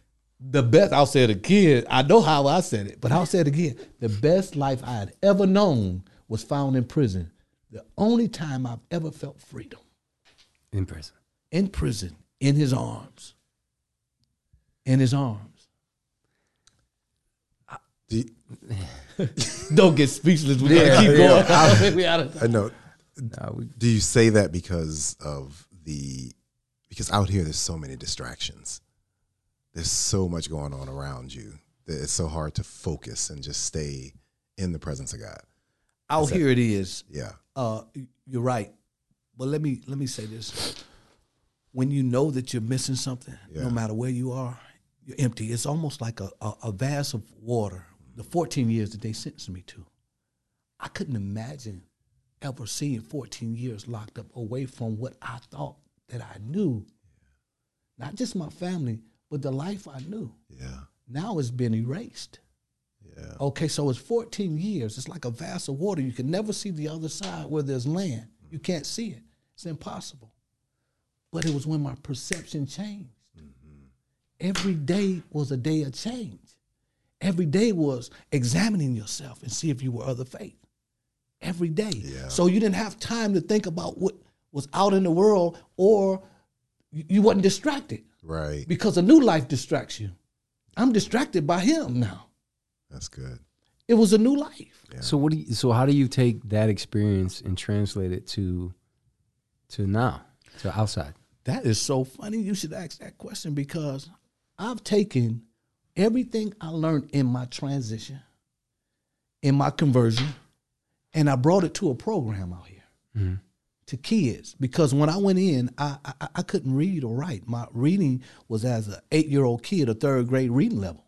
Speaker 2: the best I'll say it again. I know how I said it, but I'll say it again. The best life I had ever known was found in prison. The only time I've ever felt freedom
Speaker 1: In prison.
Speaker 2: in prison, in his arms. In his arms.
Speaker 3: Do you-
Speaker 2: Don't get speechless. We gotta
Speaker 1: Yeah,
Speaker 2: keep
Speaker 1: yeah.
Speaker 2: going. I think we oughta-
Speaker 3: I know.
Speaker 1: No, we,
Speaker 3: Do you say that because of the because out here there's so many distractions. There's so much going on around you that it's so hard to focus and just stay in the presence of God.
Speaker 2: Out here it is.
Speaker 3: Yeah.
Speaker 2: Uh, you're right. But let me let me say this. When you know that you're missing something,
Speaker 3: Yeah.
Speaker 2: no matter where you are, you're empty. It's almost like a, a, a vase of water. The 14 years that they sentenced me to. I couldn't imagine ever seeing 14 years locked up away from what I thought that I knew. Not just my family, but the life I knew.
Speaker 3: Yeah.
Speaker 2: Now it's been erased.
Speaker 3: Yeah.
Speaker 2: Okay, so it's 14 years. It's like a vast of water. You can never see the other side where there's land. You
Speaker 3: Mm-hmm.
Speaker 2: can't see it. It's impossible. But it was when my perception changed.
Speaker 3: Mm-hmm.
Speaker 2: Every day was a day of change. Every day was examining yourself and see if you were other faith. Every day.
Speaker 3: Yeah.
Speaker 2: So you didn't have time to think about what was out in the world or you you wasn't distracted
Speaker 3: Right.
Speaker 2: because a new life distracts you. I'm distracted by him now.
Speaker 3: That's good.
Speaker 2: It was a new life.
Speaker 1: So what do you, so how do you take that experience and translate it to to now to outside?
Speaker 2: That is so funny. You should ask that question because I've taken everything I learned in my transition, in my conversion, and I brought it to a program out here
Speaker 1: Mm-hmm.
Speaker 2: to kids because when I went in, I, I I couldn't read or write. My reading was as an eight year old kid, a third grade reading level.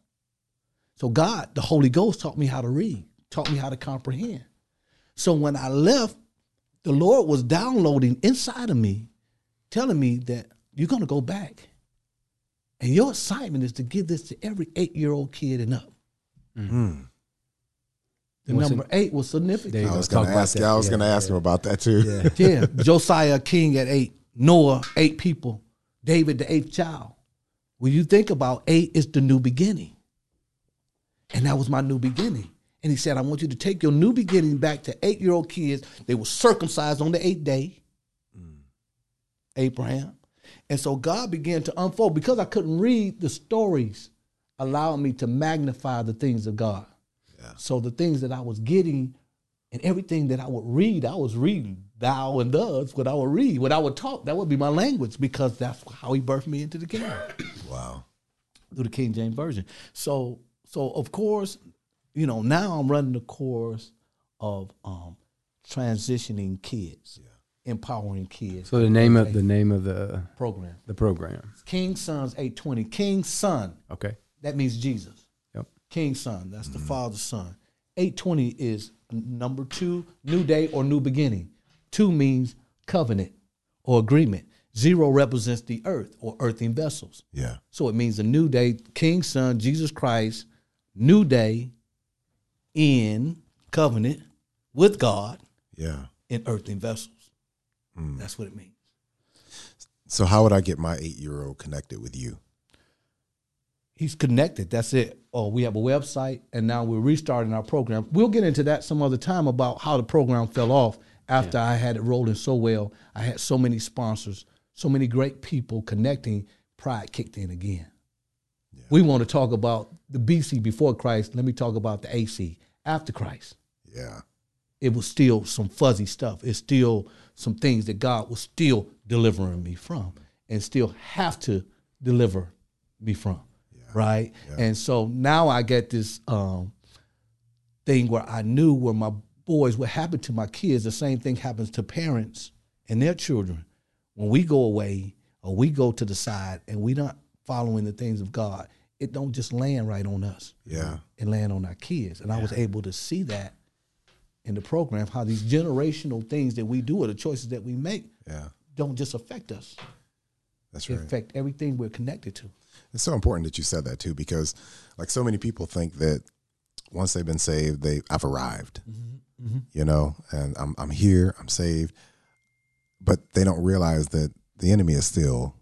Speaker 2: So God, the Holy Ghost, taught me how to read, taught me how to comprehend. So when I left, the Lord was downloading inside of me telling me that you're going to go back. And your assignment is to give this to every eight year old kid and up. The
Speaker 1: Mm. What's
Speaker 2: number eight was significant.
Speaker 1: There you
Speaker 3: I
Speaker 1: go.
Speaker 3: was
Speaker 1: Talk
Speaker 3: gonna
Speaker 1: about
Speaker 3: ask.
Speaker 1: that.
Speaker 3: I was
Speaker 1: Yeah,
Speaker 3: gonna ask him about that too.
Speaker 1: Yeah.
Speaker 2: yeah, Josiah king at eight, Noah eight people, David the eighth child. When you think about eight, it's the new beginning, and that was my new beginning. And he said, "I want you to take your new beginning back to eight-year-old kids. They were circumcised on the eighth day, Abraham." And so God began to unfold because I couldn't read the stories, allowed me to magnify the things of God. So the things that I was getting and everything that I would read, I was reading thou and thus, what I would read, what I would talk, that would be my language because that's how he birthed me into the kingdom
Speaker 3: Wow.
Speaker 2: through the King James Version. So so of course, you know, now I'm running the course of um transitioning kids, empowering kids
Speaker 1: So the name of the name of the
Speaker 2: program.
Speaker 1: the program.
Speaker 2: King Sons 820. King Son,
Speaker 1: Okay.
Speaker 2: that means Jesus.
Speaker 1: Yep.
Speaker 2: King Son, that's the Father's Son. 820 is number two, new day or new beginning. Two means covenant or agreement. Zero represents the earth or earthen vessels.
Speaker 3: Yeah.
Speaker 2: So it means a new day, King's Son, Jesus Christ, new day in covenant with God
Speaker 3: Yeah.
Speaker 2: in earthly vessels. That's what it means.
Speaker 3: So how would I get my eight year old connected with you?
Speaker 2: He's connected. That's it. Oh, we have a website, and now we're restarting our program. We'll get into that some other time about how the program fell off after I had it rolling so well. I had so many sponsors, so many great people connecting. Pride kicked in again. We want to talk about the BC before Christ. Let me talk about the AC after Christ.
Speaker 3: Yeah.
Speaker 2: It was still some fuzzy stuff. It's still some things that God was still delivering me from and still have to deliver me from. Right? And so now I get this um, thing where I knew where my boys, what happened to my kids, the same thing happens to parents and their children. When we go away or we go to the side and we're not following the things of God, it don't just land right on us.
Speaker 3: Yeah.
Speaker 2: It land on our kids. And I was able to see that in the program, how these generational things that we do or the choices that we make
Speaker 3: Yeah.
Speaker 2: don't just affect us.
Speaker 3: That's
Speaker 2: It
Speaker 3: right.
Speaker 2: affect everything we're connected to.
Speaker 3: It's so important that you said that too, because like so many people think that once they've been saved, they I've arrived,
Speaker 1: Mm-hmm.
Speaker 3: you know, and I'm I'm here, I'm saved, but they don't realize that the enemy is still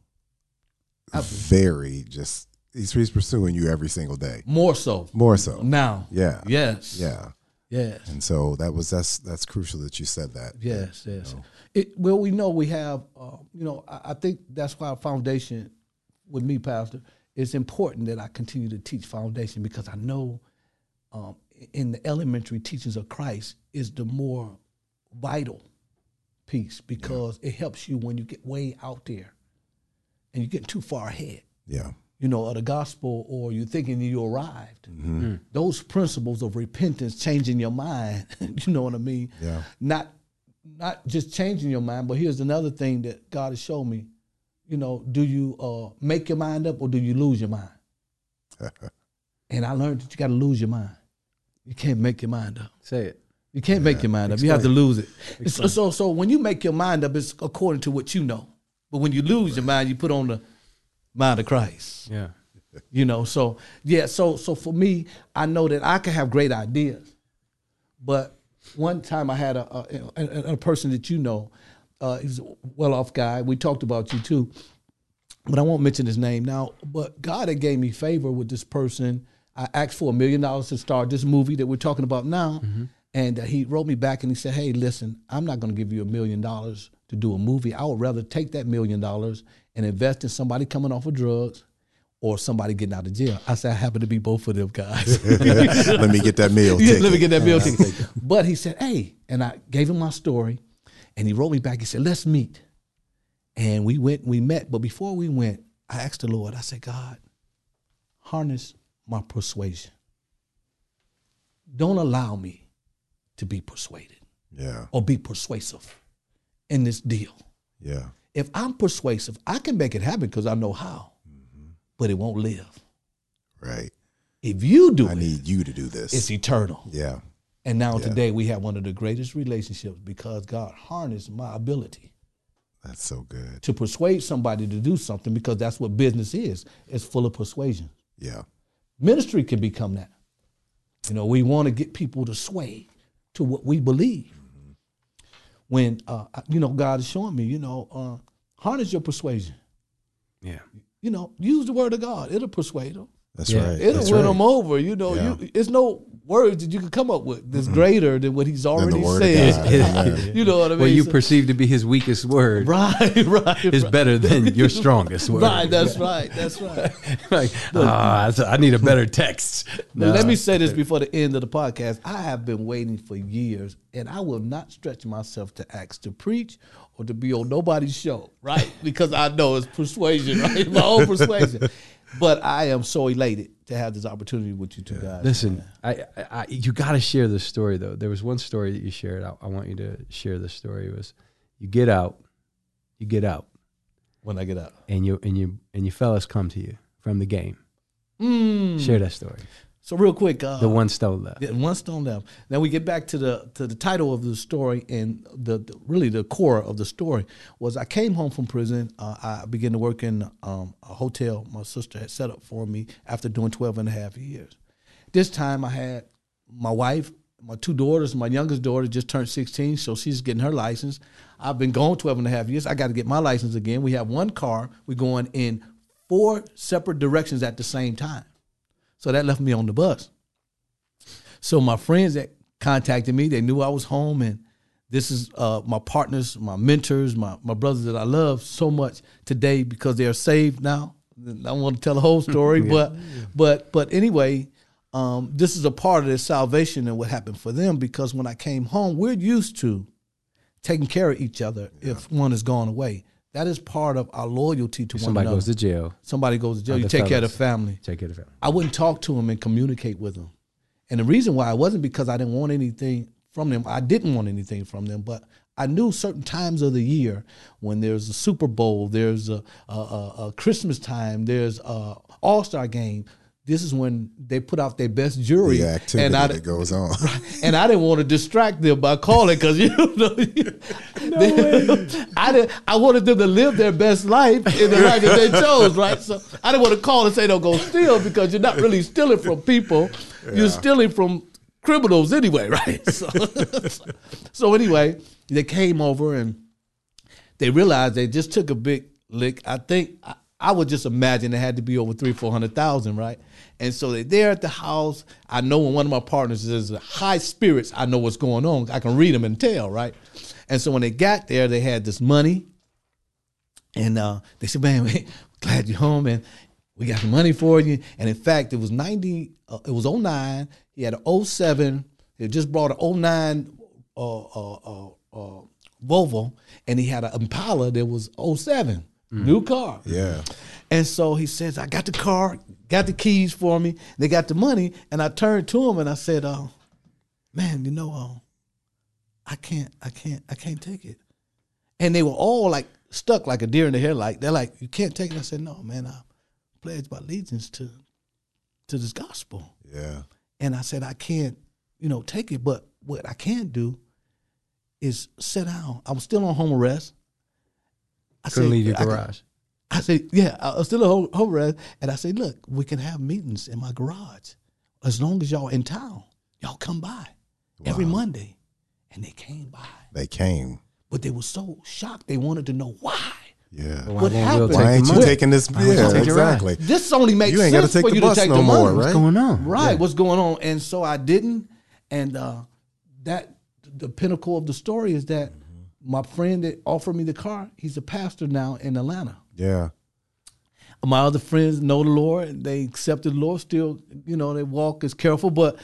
Speaker 3: very just he's, he's pursuing you every single day,
Speaker 2: More so.
Speaker 3: more
Speaker 1: Mm-hmm.
Speaker 3: so,
Speaker 2: Now.
Speaker 3: yeah,
Speaker 2: Yes.
Speaker 3: yeah,
Speaker 2: Yes.
Speaker 3: and so that was that's that's crucial that you said that,
Speaker 2: Yes, yes. It, well, we know we have, uh, you know, I, I think that's why foundation with me, Pastor, it's important that I continue to teach foundation because I know um, in the elementary teachings of Christ is the more vital piece because it helps you when you get way out there and you get too far ahead
Speaker 3: yeah,
Speaker 2: you know, of the gospel or you're thinking you arrived. Those principles of repentance, changing your mind, you know what I mean?
Speaker 3: Yeah.
Speaker 2: Not not just changing your mind, but here's another thing that God has shown me. You know, do you uh, make your mind up or do you lose your mind? and I learned that you got to lose your mind. You can't make your mind up.
Speaker 1: Say it.
Speaker 2: You can't make your mind up. You have to lose it. So, so so when you make your mind up, it's according to what you know. But when you lose your mind, you put on the mind of Christ
Speaker 1: Yeah.
Speaker 2: you know so yeah so so for me i know that i can have great ideas but one time i had a a, a, a person that you know uh he's a well-off guy we talked about you too but i won't mention his name now but god had gave me favor with this person i asked for a million dollars to start this movie that we're talking about now and uh, he wrote me back and he said hey listen i'm not going to give you a million dollars to do a movie i would rather take that million dollars and invest in somebody coming off of drugs or somebody getting out of jail. I said, I happen to be both of them guys.
Speaker 3: let me get that meal
Speaker 2: Yeah,
Speaker 3: ticket,
Speaker 2: Let me get that bill ticket. But he said, hey, and I gave him my story, and he wrote me back. He said, let's meet. And we went, we met. But before we went, I asked the Lord, I said, God, harness my persuasion. Don't allow me to be persuaded
Speaker 3: yeah,
Speaker 2: or be persuasive in this deal.
Speaker 3: yeah,
Speaker 2: If I'm persuasive, I can make it happen because I know how,
Speaker 3: Mm-hmm.
Speaker 2: but it won't live.
Speaker 3: right.
Speaker 2: If you do
Speaker 3: I
Speaker 2: it,
Speaker 3: need you to do this,
Speaker 2: it's eternal.
Speaker 3: yeah,
Speaker 2: And now today we have one of the greatest relationships because God harnessed my ability
Speaker 3: that's so good,
Speaker 2: to persuade somebody to do something because that's what business is. It's full of persuasion.
Speaker 3: yeah,
Speaker 2: Ministry can become that. You know, we want to get people to sway to what we believe. When uh, I- you know God is showing me, you know, uh, harness your persuasion.
Speaker 1: Yeah.
Speaker 2: You know, use the word of God. It'll persuade them.
Speaker 3: that's
Speaker 1: Yeah.
Speaker 3: right.
Speaker 2: It'll
Speaker 3: that's
Speaker 2: win
Speaker 3: right.
Speaker 2: them over. You know,
Speaker 3: Yeah. Mm-hmm.
Speaker 2: you, it's no words that you can come up with that's greater than what He's
Speaker 3: Than the
Speaker 2: already
Speaker 3: word of
Speaker 2: said.
Speaker 3: God. Amen.
Speaker 2: You know what I mean?
Speaker 1: What you
Speaker 2: So-
Speaker 1: perceive to be his weakest word
Speaker 2: right, right,
Speaker 1: is
Speaker 2: right.
Speaker 1: better than your strongest word.
Speaker 2: Right, that's right, that's right.
Speaker 1: like, ah, I- I need a better text.
Speaker 2: But
Speaker 1: No.
Speaker 2: Let me say this before the end of the podcast. I have been waiting for years, and I will not stretch myself to ask to preach or to be on nobody's show, right? Because I know it's persuasion, right? My own persuasion. But I am so elated to have this opportunity with you two guys.
Speaker 1: Listen, I, I, I you got to share this story though. There was one story that you shared. I, I want you to share this story. It was you get out, you get out,
Speaker 2: when I get out.
Speaker 1: and you and you and your fellas come to you from the game. Share that story.
Speaker 2: So real quick, Hmm. uh,
Speaker 1: The one stone left.
Speaker 2: Yeah, and one stone left. Now we get back to the to the title of the story and the, the- really the core of the story was I came home from prison. Uh, I began to work in um, a hotel my sister had set up for me after doing 12 and a half years. This time I had my wife, my two daughters, my youngest daughter just turned 16, so she's getting her license. I've been gone 12 and a half years. I got to get my license again. We have one car. We're going in four separate directions at the same time. So that left me on the bus. So my friends that contacted me, they knew I was home, and this is uh, my partners, my mentors, my my brothers that I love so much today because they are saved now. I don't want to tell the whole story, but but but anyway, um, this is a part of their salvation and what happened for them because when I came home, we're used to taking care of each other if one is gone away. That is part of our loyalty to
Speaker 1: Somebody
Speaker 2: one another.
Speaker 1: goes to jail.
Speaker 2: Somebody goes to jail. You
Speaker 1: Other
Speaker 2: take care of the
Speaker 1: fellas.
Speaker 2: family.
Speaker 1: Take care of it.
Speaker 2: I wouldn't talk to him and communicate with him. And the reason why it wasn't because I didn't want anything from them. I didn't want anything from them, but I knew certain times of the year when there's a Super Bowl, there's a, a, a, a Christmas time, there's a All Star game. This is when they put out their best jury,
Speaker 3: The activity
Speaker 2: and I
Speaker 3: that goes on.
Speaker 2: and I didn't want to distract them by calling because you know, they- I didn't. I wanted them to live their best life in the life that they chose, right? So I didn't want to call and say don't go steal because you're not really stealing from people. You're stealing from criminals anyway, right? So, so anyway, they came over and they realized they just took a big lick. I think I, I would just imagine it had to be over three, four hundred thousand, right? And so they're there at the house. I know when one of my partners is in high spirits, I know what's going on. I can read them and tell, right? And so when they got there, they had this money, and uh, they said, "Man, we glad you're home, and we got money for you." And in fact, it was ninety. Uh, it was 09. He had an 07. He just brought an 09 uh, uh, uh, uh, Volvo, and he had an Impala that was 07, new car.
Speaker 3: yeah.
Speaker 2: And so he says, I got the car, got the keys for me. They got the money. And I turned to him and I said, uh, man, you know, uh, I can't, I can't, I can't take it. And they were all like stuck like a deer in the headlight. They're like, you can't take it. I said, no, man, I pledge my allegiance to, to this gospel.
Speaker 3: Yeah.
Speaker 2: And I said, I can't, you know, take it. But what I can do is sit down. I'm still on home arrest. I
Speaker 1: Couldn't leave your
Speaker 2: I could-
Speaker 1: garage.
Speaker 2: I said, yeah, I was still a home, home run. And I said, look, we can have meetings in my garage as long as y'all in town. Y'all come by every Monday. And they came by.
Speaker 3: They came.
Speaker 2: But they were so shocked. They wanted to know why.
Speaker 3: Yeah.
Speaker 1: Why won't
Speaker 2: What
Speaker 1: Will
Speaker 2: happened?
Speaker 1: take
Speaker 3: Why
Speaker 1: the
Speaker 3: ain't you
Speaker 1: money?
Speaker 3: taking this?
Speaker 1: Why don't you
Speaker 3: Yeah,
Speaker 1: take your ride?
Speaker 3: exactly.
Speaker 2: This only makes
Speaker 3: You ain't gotta
Speaker 2: sense
Speaker 3: take
Speaker 2: for
Speaker 3: the
Speaker 2: you to
Speaker 3: bus
Speaker 2: take
Speaker 3: no
Speaker 2: the
Speaker 3: more,
Speaker 2: money.
Speaker 1: What's
Speaker 3: Right.
Speaker 1: going on?
Speaker 2: Right, what's going on? And so I didn't. And uh, that the pinnacle of the story is that
Speaker 3: Mm-hmm.
Speaker 2: my friend that offered me the car, he's a pastor now in Atlanta.
Speaker 3: Yeah.
Speaker 2: my other friends know the Lord. and They accepted the Lord. Still, you know, they walk is careful. But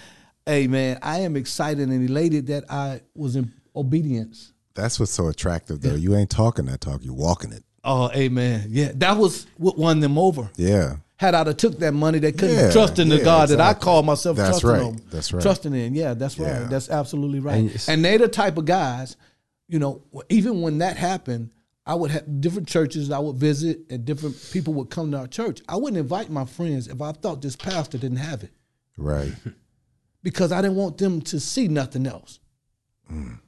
Speaker 2: hey, man, I am excited and elated that I was in obedience.
Speaker 3: That's what's so attractive, though. You ain't talking that talk. You're walking it.
Speaker 2: Oh, amen. Yeah, that was what won them over.
Speaker 3: Yeah.
Speaker 2: Had I took that money, they couldn't
Speaker 3: Yeah,
Speaker 2: trust in the
Speaker 3: yeah,
Speaker 2: God that I
Speaker 3: exactly.
Speaker 2: call myself.
Speaker 3: That's
Speaker 2: trusting
Speaker 3: right.
Speaker 2: on-
Speaker 3: That's right.
Speaker 2: Trusting in, yeah, that's
Speaker 3: Yeah.
Speaker 2: right. That's absolutely right.
Speaker 1: And
Speaker 2: And,
Speaker 1: it's-
Speaker 2: they're the type of guys, you know. Even when that happened, I would have different churches I would visit, and different people would come to our church. I wouldn't invite my friends if I thought this pastor didn't have it.
Speaker 3: Right.
Speaker 2: because I didn't want them to see nothing else.
Speaker 3: Mm.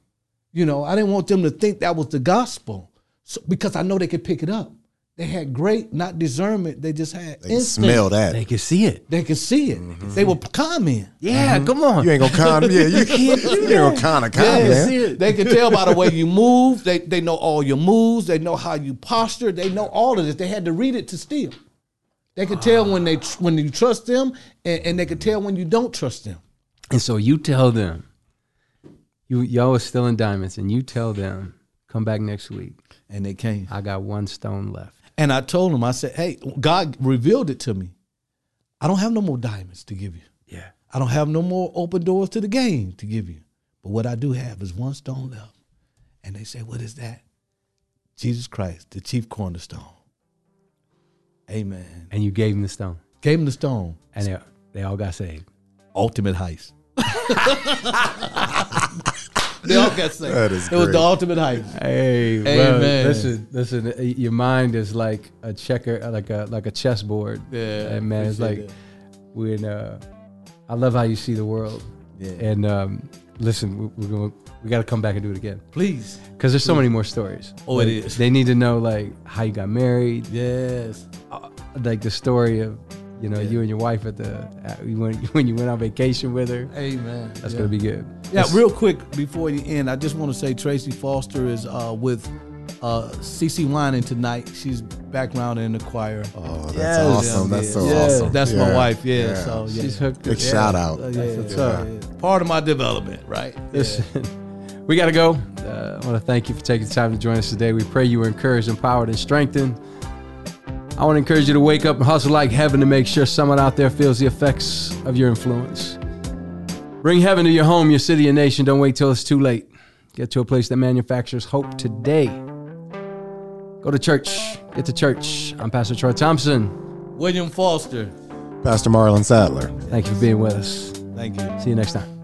Speaker 2: You know, I didn't want them to think that was the gospel so, because I know they could pick it up. They had great, not discernment, they just had
Speaker 3: They can
Speaker 2: instinct.
Speaker 3: smell that.
Speaker 1: They can see it. Mm-hmm.
Speaker 2: They could see it. They were comment.
Speaker 1: Yeah, come on.
Speaker 3: You ain't gonna con. Yeah. You, you ain't gonna con a con,
Speaker 2: Yeah,
Speaker 3: man.
Speaker 1: see it.
Speaker 2: They can tell by the way you move. They, they know all your moves. They know how you posture. They know all of this. They had to read it to steal. They could tell when they tr- when you trust them, and, and they could tell when you don't trust them.
Speaker 1: And so you tell them, you y'all was still in diamonds, and you tell them, come back next week.
Speaker 2: And they came.
Speaker 1: I got one stone left.
Speaker 2: And I told him, I said, hey, God revealed it to me. I don't have no more diamonds to give you.
Speaker 1: Yeah.
Speaker 2: I don't have no more open doors to the game to give you. But what I do have is one stone left. And they say, what is that? Jesus Christ, the chief cornerstone. Amen.
Speaker 1: And you gave him the stone,
Speaker 2: Gave him the stone.
Speaker 1: and they, they all got saved.
Speaker 2: Ultimate heist. they all got saved.
Speaker 3: That is
Speaker 2: it was
Speaker 3: great.
Speaker 2: the ultimate heist.
Speaker 1: Hey, well,
Speaker 2: Amen.
Speaker 1: listen, listen. uh, Your mind is like a checker, uh, like a like a chessboard.
Speaker 2: Yeah,
Speaker 1: and man, it's like
Speaker 2: appreciate that.
Speaker 1: when uh, I love how you see the world.
Speaker 2: Yeah.
Speaker 1: And um, listen, we, we're going to we got to come back and do it again
Speaker 2: Please.
Speaker 1: because there's so many more stories.
Speaker 2: Hmm. Oh, it
Speaker 1: Like,
Speaker 2: is.
Speaker 1: They need to know like how you got married,
Speaker 2: Yes.
Speaker 1: uh, like the story of you know you and your wife at the at, you went, when you went on vacation with her.
Speaker 2: Amen.
Speaker 1: That's
Speaker 2: Yeah.
Speaker 1: gonna be good.
Speaker 2: Yeah,
Speaker 1: That's-
Speaker 2: real quick before you end, I just want to say Tracy Foster is uh, with uh, CC Wining tonight. She's background in the choir.
Speaker 3: Oh, that's
Speaker 1: Yes.
Speaker 3: awesome.
Speaker 1: Yeah,
Speaker 3: That's so
Speaker 2: yeah,
Speaker 3: awesome.
Speaker 2: that's my
Speaker 3: Yeah.
Speaker 2: wife. Yeah, so yeah.
Speaker 1: she's hooked.
Speaker 3: Big
Speaker 1: us.
Speaker 3: shout out.
Speaker 2: Uh, yeah,
Speaker 1: what's
Speaker 2: yeah,
Speaker 1: up.
Speaker 2: yeah. Part of my development, right?
Speaker 1: Listen, we got to go. Uh, I want to thank you for taking the time to join us today. We pray you were encouraged, empowered, and strengthened. I want to encourage you to wake up and hustle like heaven to make sure someone out there feels the effects of your influence. Bring heaven to your home, your city, your nation. Don't wait till it's too late. Get to a place that manufactures hope today. Go to church. Get to church. I'm Pastor Troy Thompson.
Speaker 2: William Foster.
Speaker 3: Pastor Marlon Sadler.
Speaker 1: Thank you for being with us.
Speaker 2: Thank Thank you.
Speaker 1: See you next time.